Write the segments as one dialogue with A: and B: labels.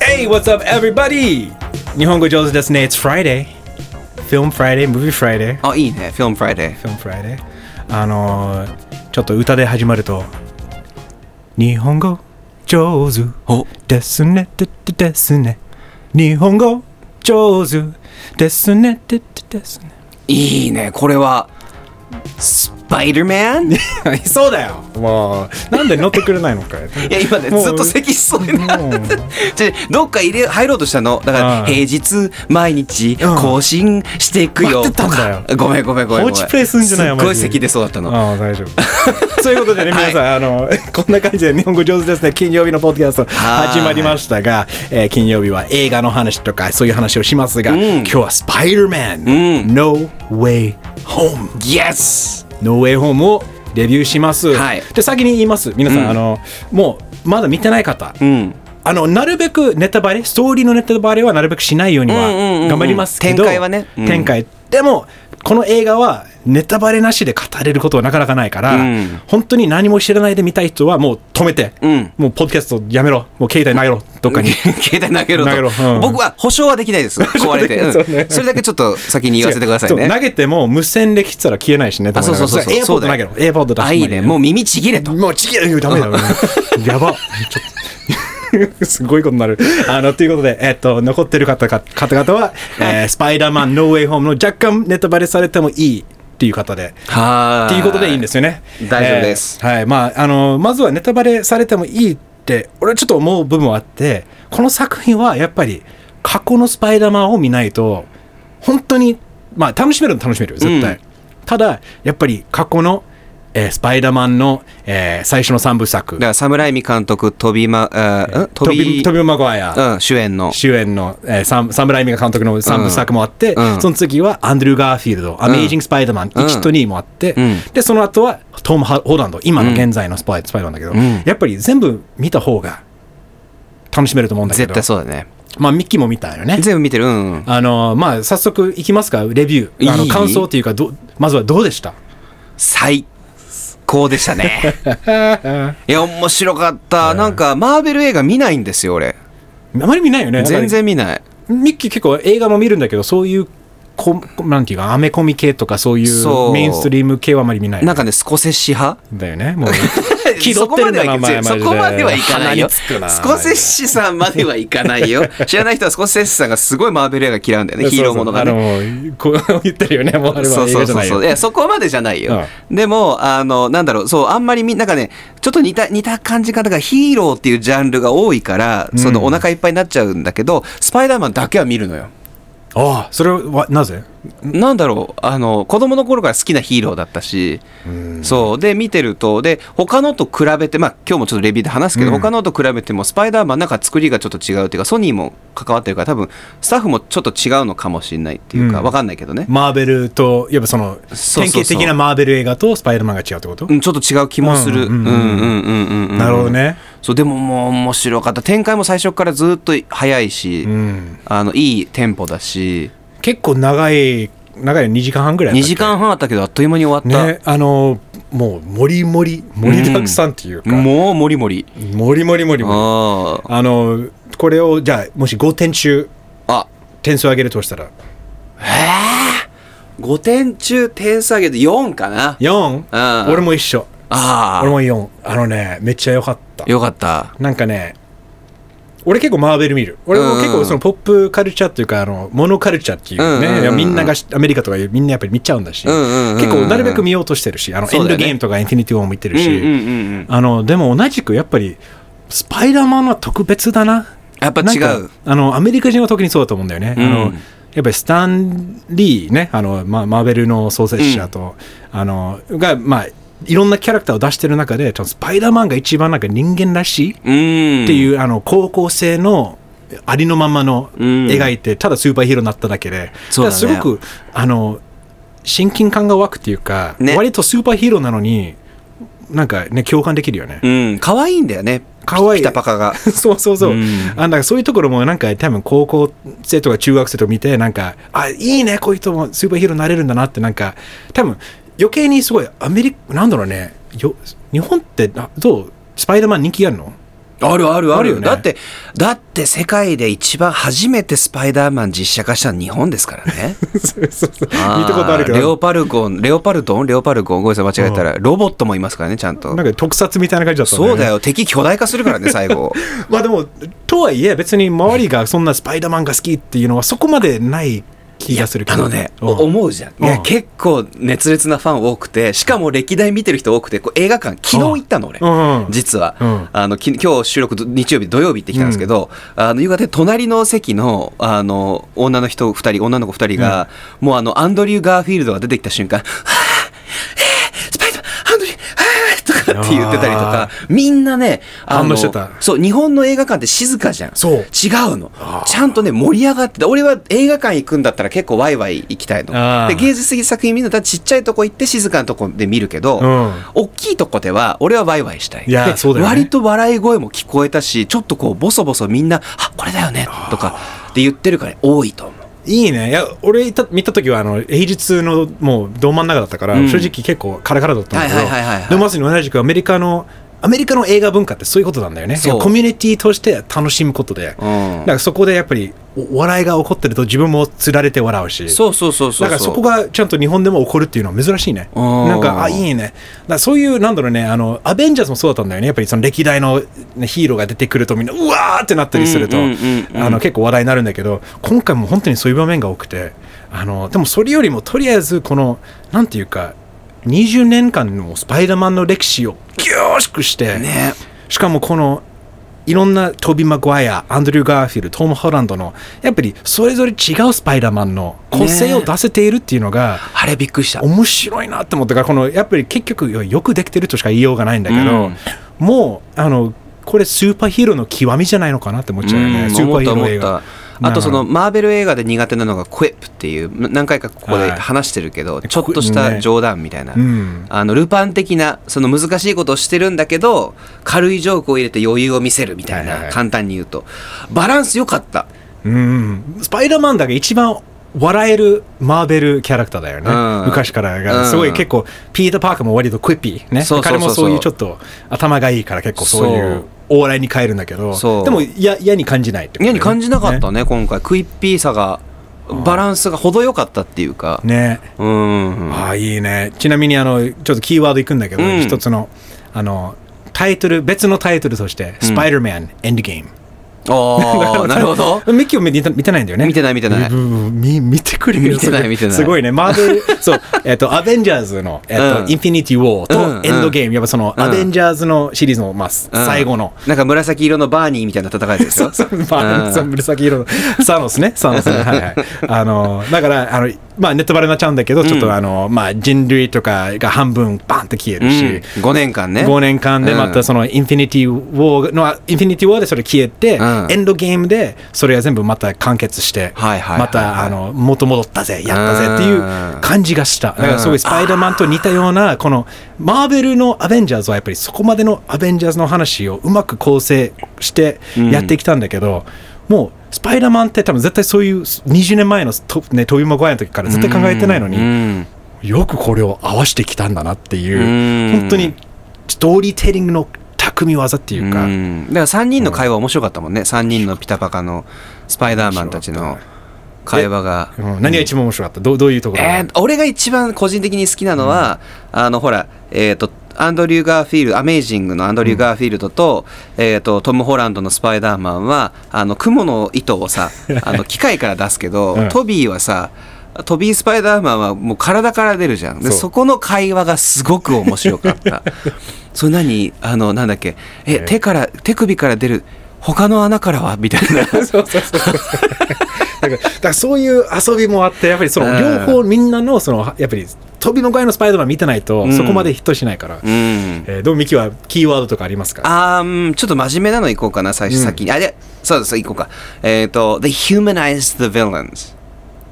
A: Hey, what's up, everybody? 日本語上手ですね。It's Friday. Film Friday, Movie Friday,
B: あ、いいね。フィルムフライデー。
A: Film Friday. あのー、ちょっと歌で始まると、日本語上手
B: お、
A: ですね、ででですね。日本語上手ですね、ででですね。
B: いいね。これは、スパイダーマン い
A: そうだよ。もう、なんで乗ってくれないの かい。
B: や、今ね、
A: もう
B: ずっと咳しそうにな
A: もう
B: って、どっか入れ、入ろうとしたの。だから、
A: はい
B: 平日、毎日、
A: うん
B: 更新していくよ。
A: 待ってたんだよ
B: とか ごめんごめんごめんごめん。
A: 放置プレイすんじゃないよ
B: すっご
A: マ
B: い
A: ジで
B: 咳出そうだったの。
A: ああ大丈 夫そういうことでね
B: はい
A: 皆さん、あの こんな感じで日本語上手ですね金曜日のポッドキャスト
B: はい
A: 始まりましたが、えー金曜日は映画の話とかそういう話をしますが、今日はスパイダーマン、No Way Home
B: イエス
A: No Way Home をレビューします、
B: はい
A: で先に言います皆さん、あのもうまだ見てない方、
B: うん。
A: あのなるべくネタバレストーリーのネタバレはなるべくしないように
B: うんうんうんう
A: は
B: ん
A: 頑張りますけど、
B: 展開はねうん
A: 展開でもこの映画はネタバレなしで語れることはなかなかないから、
B: うん
A: 本当に何も知らないで見たい人はもう止めて、
B: ん
A: もうポッドキャストやめろもう携帯投げろどっかに
B: 携帯投げろと
A: 投げろうん
B: 僕は保証はできない です。壊れて。
A: そうね
B: うんそれだけちょっと先に言わせてください
A: そう
B: ね。
A: 投げても無線で切ったら消えないしね
B: あそうそうそうそう
A: エアポ
B: そ
A: ー
B: う
A: ド
B: だ
A: 投げ
B: よ
A: ろエアポード出し
B: あ、いいね。もう耳ちぎれと。
A: もうちぎるダメだ よ。やば。ちょっと すごいことになる。あの、ということで、えっと、残ってる方か方々は、えースパイダーマン、ノーウェイホームの若干ネタバレされてもいいっていう方で。
B: は
A: っていうことでいいんですよね。
B: 大丈夫です
A: えーはい。まあ、あの、まずはネタバレされてもいいって、俺はちょっと思う部分はあって、この作品はやっぱり過去のスパイダーマンを見ないと、本当に、まあ、楽しめるの楽しめるよ、絶対。
B: うん
A: ただ、やっぱり過去の、えースパイダーマンの、えー最初の3部作
B: だか、ら、サムライミ監督、飛びま、あん飛
A: トビ
B: び、
A: トビ・マグワイア、
B: うん、主演の。
A: 主演の、えー、サムサムライミが監督の3部作もあって、
B: うん
A: その次はアンドリュー・ガーフィールド、アメイジング・スパイダーマン1と2もあって、
B: うん
A: で、その後はトム・ホランド、今の現在のスパイスパイダーマンだけど、
B: うん
A: やっぱり全部見た方が楽しめると思うんだけ
B: 絶
A: ど、
B: 対そうだね。
A: まあ、ミッキーも見たよね。
B: 全部見てる。うん。
A: あのまあ、早速いきますか、レビュー。あの
B: いい
A: 感想というかど、まずはどうでした
B: 最高でしたね。 いや、面白かった。なんか、マーベル映画見ないんですよ、俺。
A: あまり見ないよね。
B: 全然見ない。
A: ミッキー結構映画も見るんだけど、そういう、こなんていうか、アメコミ系とかそうい
B: そうう
A: メインストリーム系はあまり見ない。
B: なんかね、スコセッシ派
A: だよね、もう。 気取ってるんだな、お前
B: そこまではいかないよ。
A: マジで鼻につくな
B: スコセッシさんまではいかないよ。知らない人はスコセッシさんがすごいマーベル映画嫌うんだよね、ヒーローものがね。
A: ね。あの、こう言ってるよね、もうあれ
B: そ
A: は
B: う
A: 映
B: そ
A: 画
B: う
A: じゃ
B: そう
A: ない
B: そう。
A: よ
B: い。や、そこまでじゃないよ。でも、あの、なんだろう、そう、あんまりみ、なんかね、ちょっと似た、似た感じか、だからヒーローっていうジャンルが多いから、そのお腹いっぱいになっちゃうんだけど、スパイダーマンだけは見るのよ。
A: ああ、それは、なぜ
B: なんだろう、あの、子供の頃から好きなヒーローだったし、そう。で、見てると、で、他のと比べて、まあ、今日もちょっとレビューで話すけど、他のと比べても、スパイダーマンなんか作りがちょっと違うっていうか、ソニーも関わってるから、多分、スタッフもちょっと違うのかもしれないっていうか、
A: うん
B: わかんないけどね。
A: マーベルと、いわばその、
B: そうそうそう
A: 典型的なマーベル映画とスパイダーマンが違うってこと
B: うん、ちょっと違う気もする。
A: う
B: うんん
A: う
B: うんん
A: うん
B: うんうんうん。
A: なるほど。ね。
B: そう、でももう面白かった。展開も最初からずっと早いし、
A: うん。
B: あの、いいテンポだし、
A: 結構長い、長い2時間半ぐらいだ
B: 2
A: ったっけ
B: 時間半あったけど、あっという間に終わっ
A: ね、あの、もう、もりもり、盛りだくさんっていう
B: た。
A: か、
B: もう、もりもり。
A: もりもりもりもり。
B: あー
A: あの、これを、じゃあ、もし5点中、
B: あ。
A: 点数上げるとしたら、
B: 5点中点数上げて4かな。
A: 4?
B: うん
A: 俺も一緒。
B: ああ。
A: 俺も4。あのね、めっちゃ良かった。
B: よかった。
A: なんかね、俺結構マーベル見る。俺も結構そのポップカルチャーっていうか、あの、モノカルチャーっていう
B: うんうん
A: ね、
B: うん
A: いやみんながし、アメリカとかみんなやっぱり見ちゃうんだし、
B: うんうんうん
A: 結構なるべく見ようとしてるし、あの、
B: そ
A: エ
B: う
A: ン
B: だ
A: ド
B: よね
A: ゲームとかインフィニティウォーも見てる
B: うんうん
A: し、
B: うんうん。
A: あの、でも同じくやっぱり、スパイダーマンは特別だな。
B: やっぱ
A: なん
B: 違
A: か
B: う。
A: あの、アメリカ人は特にそうだと思うんだよね。
B: うん
A: あのやっぱりスタン・リーね、あの、まあ、マーベルの創設者と、あの、が、まあ、いろんなキャラクターを出してる中で、ちょっとスパイダーマンが一番なんか人間らしいっ
B: うん。。
A: ていうう、あの、高校生のありのままの
B: うん
A: 描いて、ただスーパーヒーローになっただけで、
B: そうだね
A: だからすごく、あの、親近感が湧くっていうか、
B: ね
A: 割とスーパーヒーローなのに、なんかね、共感できるよね。
B: うん。可愛いんだよね。
A: 可愛い
B: ピタパカが。
A: そうそうそう。
B: うん
A: あだからそういうところもなんか多分高校生とか中学生とか見てなんかあいいねこういう人もスーパーヒーローになれるんだなってなんか多分余計にすごいアメリカなんだろうねよ日本ってなどうスパイダーマン人気あるの
B: あるあるあ
A: あるよ
B: るよ、
A: ね
B: だってだって世界で一番初めてスパイダーマン実写化したの日本ですから ね
A: そうそうそう見
B: あー
A: たことあるけ
B: レオ
A: ど
B: パルゴンレオパルドンレオパルゴンごめんなさい間違えたら、ロボットもいますからねちゃんと
A: なんか特撮みたいな感じだったね
B: そうだよ敵巨大化するからね最後
A: まあでもとはいえ別に周りがそんなスパイダーマンが好きっていうのはそこまでない気がするけ
B: あ
A: ど
B: のね、
A: うん
B: 思うじゃん、いうや
A: ん
B: 結構熱烈なファン多くてしかも歴代見てる人多くてこう映画館昨日行ったの俺、
A: うん
B: 実は、
A: うん
B: あのき今日収録日曜日土曜日行ってきたんですけど、あの夕方隣の席のあの女の人2人女の子2人が、もうあのアンドリュー・ガーフィールドが出てきた瞬間「はあえー、スパイダーマンアンドリューあー」とかって言ってたりと
A: あ
B: かみんなねあ
A: 反応
B: の
A: してた
B: そう日本の映画館って静かじゃん
A: そう
B: 違うのちゃんとね盛り上がってた俺は映画館行くんだったら結構ワイワイ行きたいの
A: あー
B: で芸術的作品見るんだったらちっちゃいとこ行って静かなとこで見るけど、
A: うん
B: 大きいとこでは俺はワイワイしたい
A: いや
B: で
A: そうだよね
B: 割と笑い声も聞こえたしちょっとこうボソボソみんな「あこれだよね」とかって言ってるから多いと思う
A: いいねいや俺いた見た時はあの平日のもうど真ん中だったから、
B: うん
A: 正直結構カラカラだったんだけど、
B: はいはいはいはいはい
A: でもまさに同じくアメリカのアメリカの映画文化ってそういうことなんだよね
B: そう
A: コミュニティとして楽しむことで、
B: う
A: なん
B: ん
A: かそこでやっぱりおお笑いが起こってると自分もつられて笑うし
B: そうそうそうそう
A: だからそこがちゃんと日本でも起こるっていうのは珍しいね。
B: あー
A: なんか、あ、いいね。だからそういう、なんだろうね、あの、アベンジャーズもそうだったんだよね。やっぱりその歴代のねヒーローが出てくるとみんな、うわーってなったりすると、
B: うんうんうんうん
A: あの、結構話題になるんだけど、今回も本当にそういう場面が多くて、あの、でもそれよりもとりあえず、この、なんていうか、20年間のスパイダーマンの歴史を凝縮して、
B: ね
A: しかもこのいろんなトビー・マグワイアアンドリュー・ガーフィールドトム・ホランドのやっぱりそれぞれ違うスパイダーマンの個性を出せているっていうのが
B: あれびっくりした
A: 面白いなって思ったからこのやっぱり結局よくできてるとしか言いようがないんだけど、
B: うん
A: もうあのこれスーパーヒーローの極みじゃないのかなって思っちゃうよね、
B: うん
A: スーパーヒーロ
B: 思
A: ー
B: った
A: 映
B: 思
A: 画
B: ったあとそ
A: うん
B: のマーベル映画で苦手なのが「クエップ」っていうな何回かここで話してるけど、
A: い
B: ちょっとし
A: ね
B: た冗談みたいな、
A: うん
B: あのルパン的なその難しいことをしてるんだけど軽いジョークを入れて余裕を見せるみたいな、
A: はいはい
B: 簡単に言うとバランス良かった、
A: うんスパイダーマンだが一番笑えるマーベルキャラクターだよね、
B: うん
A: 昔からが、
B: うん
A: すごい結構ピーター・パークも割とクイッピーね
B: そうそうそうそう
A: 彼もそういうちょっと頭がいいから結構そうい
B: そう
A: うお笑いに変えるんだけど
B: そう
A: でもや嫌に感じないってことだ
B: 嫌
A: よね
B: に感じなかったね今回クイッピーさがバランスが程よかったっていうか、
A: ね
B: うん
A: ああいいねちなみにあのちょっとキーワードいくんだけど、
B: うん
A: 一つのあのタイトル別のタイトルとして「スパイダーマン・エンドゲーム」
B: ああなるほど
A: ミッキーを見て見てないんだよね。
B: 見てない見てない
A: ぶぶみ見てくれよ
B: 見てない
A: それ
B: 見てない
A: すごいね。マー ベル、そう、えっと、アベンジャーズの、えっと、
B: うん
A: インフィニティ・ウォ
B: うん
A: ー
B: うん
A: とエンドゲーム。やっぱその、
B: うん
A: アベンジャーズのシリーズの、まあ、
B: うん
A: 最後の。
B: なんか紫色のバーニーみたいな戦いですよ
A: そうまあ、そう紫色のサノスね、サノスね、はいはい。あの、だから、あの、まあ、ネットバレになっちゃうんだけど、ちょっとあの、まあ、人類とかが半分バンって消えるし、
B: 5年間ね
A: 5年間でま
B: う
A: た
B: ん
A: そのインフィニティ・ウォーのあインフィニティ・ウォーでそれ消えて、
B: うん
A: エンドゲームでそれが全部また完結して、
B: はいはいはいはい
A: またあの元戻ったぜやったぜっていう感じがしただからすごいスパイダーマンと似たようなこのマーベルのアベンジャーズはやっぱりそこまでのアベンジャーズの話をうまく構成してやってきたんだけど、もうスパイダーマンって多分絶対そういう20年前のと、ね、トビー・マグワイアの時から絶対考えてないのに、
B: うん
A: よくこれを合わせてきたんだなっていううん本当にストーリーテリングの匠技っていうか、
B: うんだから3人の会話面白かったもんね、3人のピタパカのスパイダーマンたちの会話が、
A: うん何が一番面白かったどうどういうところが、
B: えー俺が一番個人的に好きなのは、あのほらえっ、とアンドリュー・ガーフィールド、アメイジングのアンドリュー・ガーフィールドと、えっ、と、トム・ホランドのスパイダーマンは、あの、雲の糸を さ、あの、機械から出すけど、
A: うん
B: トビーはさ、トビー・スパイダーマンはもう体から出るじゃん。
A: そ
B: で、
A: う
B: そこの会話がすごく面白か った。それ何あの、なんだっけ、え、手から、手首から出る、他の穴からはみたいな。
A: そうそうそうそうだからだからそういう遊びもあってやっぱりその
B: うん
A: 両方みんなのそのやっぱり飛びの声のスパイダーマン見てないと
B: うん
A: そこまでヒットしないから、
B: うん。
A: えーどうもミキはキーワードとかありますか
B: あーうんちょっと真面目なのいこうかな、最初、
A: うん
B: 先に。あ、で、そうです、いこうか。えっ、と、They humanize the villains。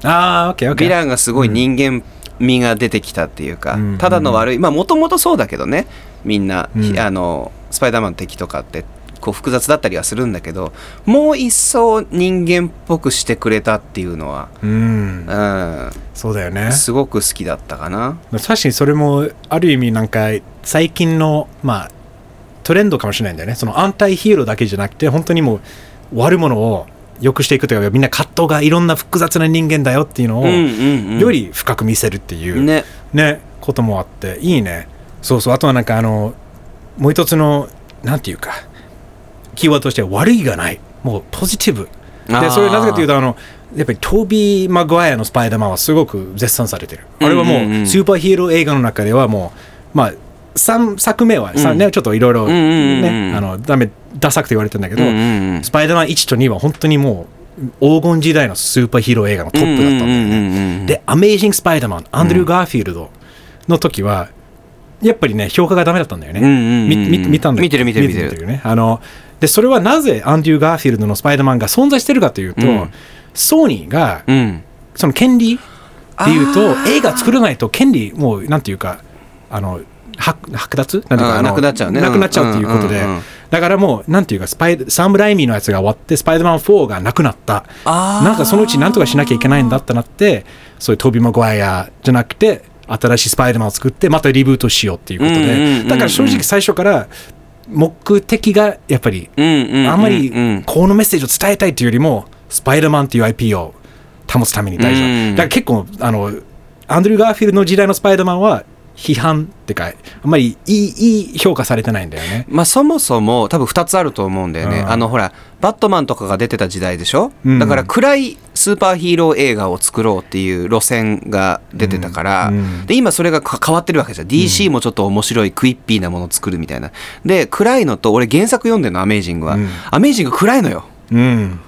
A: ああー OKOK、
B: ヴィランがすごい人間味が出てきたっていうか、
A: うん
B: ただの悪い、まあ、もともとそうだけどね、みんな、
A: うん
B: あの、スパイダーマンの敵とかって、こう複雑だったりはするんだけど、もう一層人間っぽくしてくれたっていうのは、
A: うん
B: う
A: そうだよね
B: ん、すごく好きだったかな。
A: 確かにそれもある意味なんか最近のまあトレンドかもしれないんだよねその安泰ヒーローだけじゃなくて本当にもう悪者を良くしていくというかみんな葛藤がいろんな複雑な人間だよっていうのを、
B: うんうん
A: より深く見せるっていう、
B: ね
A: ねこともあっていいねそうそうあとはなんかあのもう一つのなんていうかキーワードとして悪いがないもうポジティブ
B: あ
A: で
B: ー
A: それなぜかというとあのやっぱりトビー・マグワイアの「スパイダーマン」はすごく絶賛されてるあれはも
B: うんうんう
A: うんスーパーヒーロー映画の中ではもうまあ3作目は、
B: ん
A: さね、ちょっといろいろ
B: うんうんうんう
A: ね
B: ん
A: あのダメダサくて言われてんだけ
B: う
A: ど、
B: んうんうん
A: スパイダーマン1と2は本当にもう黄金時代のスーパーヒーロー映画のトップだったんだよね、
B: うんうんうんうん
A: で、アメイジング・スパイダーマン、アンドリュー・ガーフィールドの時は、やっぱりね、評価がダメだったんだよね。
B: うんうんうん
A: みみ見たんだ
B: 見てる見てる見てる
A: ね、あので、それはなぜアンドリュー・ガーフィールドのスパイダーマンが存在してるかというと、
B: うん
A: ソニーが、
B: うん
A: その権利っていう
B: あ
A: と、
B: ー
A: 映画作らないと権利、もう、なんていうか、あの、剥剥奪なんていう
B: あー
A: かあの
B: なくなっちゃうね
A: なくなっちゃうっていうことで、
B: うんうんうんうん
A: だからもう、なんていうか、スパイサム・ライミーのやつが終わって、スパイダーマン4がなくなった。
B: あー
A: なんかそのうち何とかしなきゃいけないんだってなって、そういうトビー・マグワイアじゃなくて、新しいスパイダーマンを作って、またリブートしようっていうこと
B: うんうんうんう
A: で、
B: ん
A: だから正直最初から、目的がやっぱり、
B: うんうんうんうん
A: あんまりこのメッセージを伝えたいというよりも、スパイダーマンっていう IP を保つために大事
B: うんう
A: だ。だ
B: ん
A: から結構、あの、アンドリュー・ガーフィールドの時代のスパイダーマンは、批判ってか、あんまりいいいい評価されてないんだよね。
B: まあ、そもそも多分2つあると思うんだよね、
A: うん
B: あのほらバットマンとかが出てた時代でしょ、
A: うん
B: だから暗いスーパーヒーロー映画を作ろうっていう路線が出てたから、
A: うんうん
B: で今それがか変わってるわけじゃん DC もちょっと面白いクイッピーなものを作るみたいなで暗いのと俺原作読んでるの「アメイジングは」
A: うん
B: アメイジング暗いのよ
A: うん。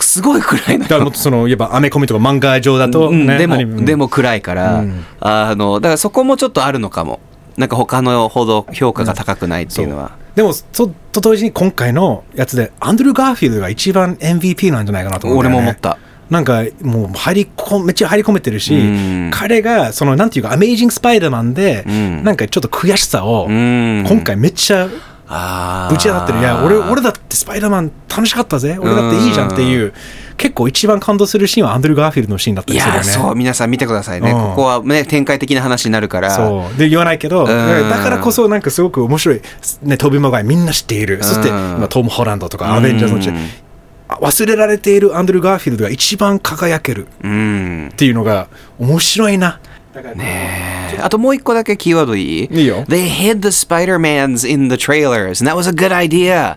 B: すごい暗いの
A: だからも
B: よ
A: っとその、いえばアメコミとか漫画上だと、
B: うん
A: ね
B: で
A: アニメう
B: も
A: ん
B: でも暗いから、
A: うん
B: あのだからそこもちょっとあるのかもなんか他のほど評価が高くないっていうのは、
A: でもそと同時に今回のやつでアンドリュー・ガーフィールドが一番 MVP なんじゃないかなと思うんだ
B: 俺
A: よ
B: も
A: ね
B: 思った
A: なんかもう入りこめっちゃ入り込めてるし、
B: うん
A: 彼がそのなんていうかアメイジング・スパイダーマンで、
B: うん
A: なんかちょっと悔しさを、今
B: 今
A: 回めっちゃぶ
B: あー
A: ち当たってるいや俺俺だってスパイダーマン楽しかったぜ俺だっていいじゃんっていう結構一番感動するシーンはアンドリュー・ガーフィールドのシーンだった
B: い
A: りするよ
B: や
A: ね
B: そう皆さん見てくださいね、
A: うん
B: ここはね展開的な話になるから
A: そうで言わないけど、
B: ん
A: だからだからこそなんかすごく面白い、ね、トビー・マグワイアみんな知っている、そして
B: うん
A: 今トム・ホランドとかアベンジャーズのうち、
B: うん
A: あ忘れられているアンドリュー・ガーフィールドが一番輝けるっ
B: うん
A: ていうのが面白いな。だから
B: えーあともう一個だけキーワードいい
A: いいよ
B: They hid the Spider-Mans in the trailers and that was a good idea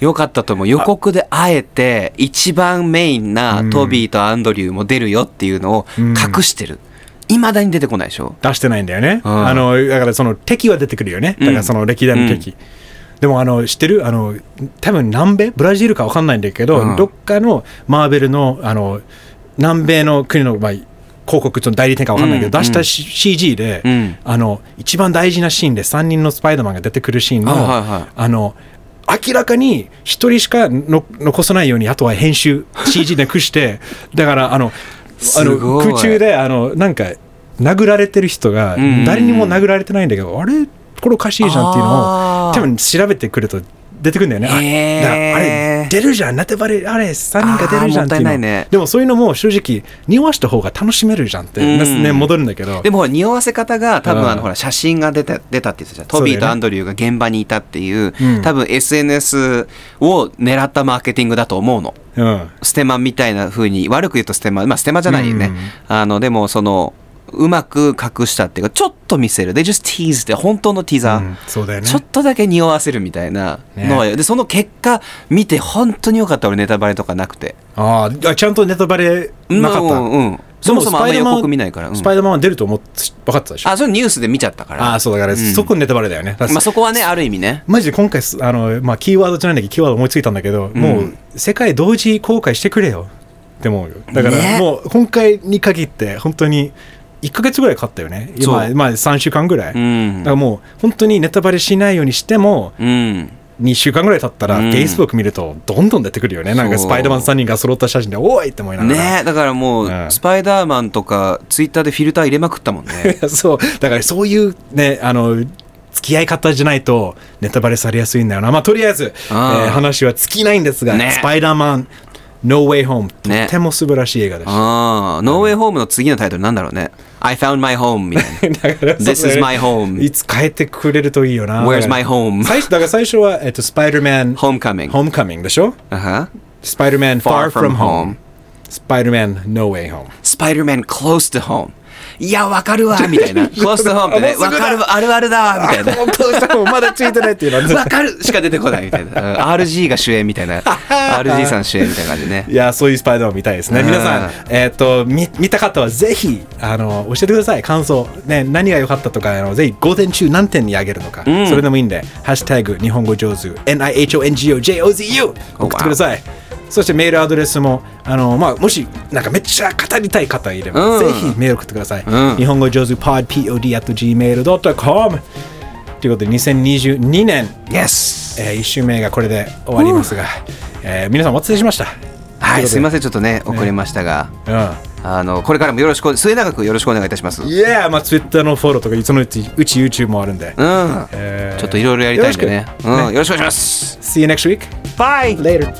B: よかったと思う予告であえて一番メインなトビーとアンドリューも出るよっていうのを隠してるいま、未だに出てこないでしょ
A: 出してないんだよね。
B: うん
A: あの、だからその敵は出てくるよね。だからその歴代の敵。でもあの、知ってるあの、多分南米ブラジルかわかんないんだけど、
B: うん
A: どっかのマーベルの、あの、南米の国の、まあ、広告ちょっと代理店かわかんないけど、
B: うん
A: 出した
B: うん
A: C- CG で、
B: うん
A: あの、一番大事なシーンで3人のスパイダーマンが出てくるシーンの、
B: はいはいはい
A: あの、明らかに一人しかの残さないように、あとは編集、CG なくして、だから、あの、あ
B: す
A: の
B: ごい
A: 空中であのなんか殴られてる人が
B: うん
A: 誰にも殴られてないんだけど、あれこれおかしいじゃんっていうの
B: あ
A: を
B: ー
A: 多分調べてくると出てくるんだよねあ
B: へー
A: だからあれ出るじゃんなてばれあれ3人が出るじゃんっていうの
B: あーもったいないね
A: でもそういうのも正直匂わした方が楽しめるじゃんって、
B: うん
A: ね戻るんだけど
B: でもほら匂わせ方が多
A: うん
B: 分あのほら写真が出た出たって言ってたじゃん
A: そうだ
B: ト
A: よね
B: ビーとアンドリューが現場にいたっていう
A: うん
B: 多分 SNS を狙ったマーケティングだと思うの。
A: うん
B: ステマみたいな風に悪く言うとステマまあステマじゃないよね。
A: うん
B: あのでもそのうまく隠したっていうかちょっと見せる。で just tease って本当のティザー。
A: うんそうだよね
B: ちょっとだけ匂わせるみたいなのは、でその結果見て本当によかった俺ネタバレとかなくて
A: あーあちゃんとネタバレなかった、
B: うんうん、そもそもあんま予告見ないから、うん
A: スパイダーマンは出ると思って分かってたでしょ
B: あそれニュースで見ちゃったから
A: ああーそうだから、
B: ん
A: そこネタバレだよねだから
B: まあ、そこはねある意味ね
A: マジで今回すあの、まあ、キーワードじゃないんだけどキーワード思いついたんだけど、もう世界同時公開してくれよって思うよだから、
B: ね
A: もう今回に限って本当に1か月ぐらいかかったよね今
B: そう
A: まあ3週間ぐらい、
B: う
A: だ
B: ん
A: からもう本当にネタバレしないようにしても
B: うん
A: 2週間ぐらい経ったら、
B: うん
A: ゲイスブック見るとどんどん出てくるよねなんか
B: そ
A: ス
B: う
A: パイダーマン3人が揃った写真でおいって思いながら
B: ねえだからもう、
A: うん
B: スパイダーマンとかツイッターでフィルター入れまくったもん ね
A: そうだからそういうねあの付き合い方じゃないとネタバレされやすいんだよなまあとりあえず、え
B: ああ
A: ー話は尽きないんですが「
B: ね
A: スパイダーマン No Way Home」と
B: ね
A: ても素晴らしい映画でした、
B: ああノーウェイホームの次のタイトルなんだろうね I found my home みたい な。
A: だから
B: This
A: そう
B: is
A: ね
B: my home.
A: いつ変えてくれるといいよな。
B: Where's my
A: だから
B: home?
A: 最初だから最初は、えっと、スパイダーマン、
B: Homecoming.
A: ホームカミングでしょ
B: Uh huh.
A: スパイダーマン、
B: Far
A: far
B: from
A: from
B: home.
A: home。スパイダーマン、no way home。
B: Spider-Man close to home. いや、わかるわみたいな。close to home ってね、
A: もうす
B: わ
A: ぐだ
B: かるわ、あるあるだわみたい な。
A: もうまだついてないっていうのは
B: わかるしか出てこないみたいな。うん RG が主演みたい な。RG さん主演みたいな感じね
A: い。やそういうスパイダーマン見たいですね。
B: うん
A: 皆さん、えっ、と見、見た方はぜひ、あの、教えてください。感想。ね、何が良かったとか、あのぜひ、午前中何点にあげるのか、
B: ん
A: それでもいいんで、ハッシュタグ、日本語上手、NIHONGOJOZU 送ってください。そしてメールアドレスも、あの、まあ、もし、なんかめっちゃ語りたい方いれば、
B: うん
A: ぜひメール送ってください。
B: うん
A: 日本語上手 pod, pod, at gmail.com。ということで、2022年、
B: Yes!
A: え1週目がこれで終わりますが、えー皆さんお待たせしました。
B: はい、すいません、ちょっとね、
A: ね
B: 遅れましたが。
A: うん。
B: あの、これからもよろしく、末永くよろしくお願いいたします。うん。
A: いやー、まあ、Twitter のフォローとか、いつのうち、うち YouTube もあるんで。
B: ち
A: えー
B: ょっといろいろやりたいんでね
A: よ。ろしく
B: うん、よろしくお願いします。
A: See you next week.
B: Bye!
A: Later.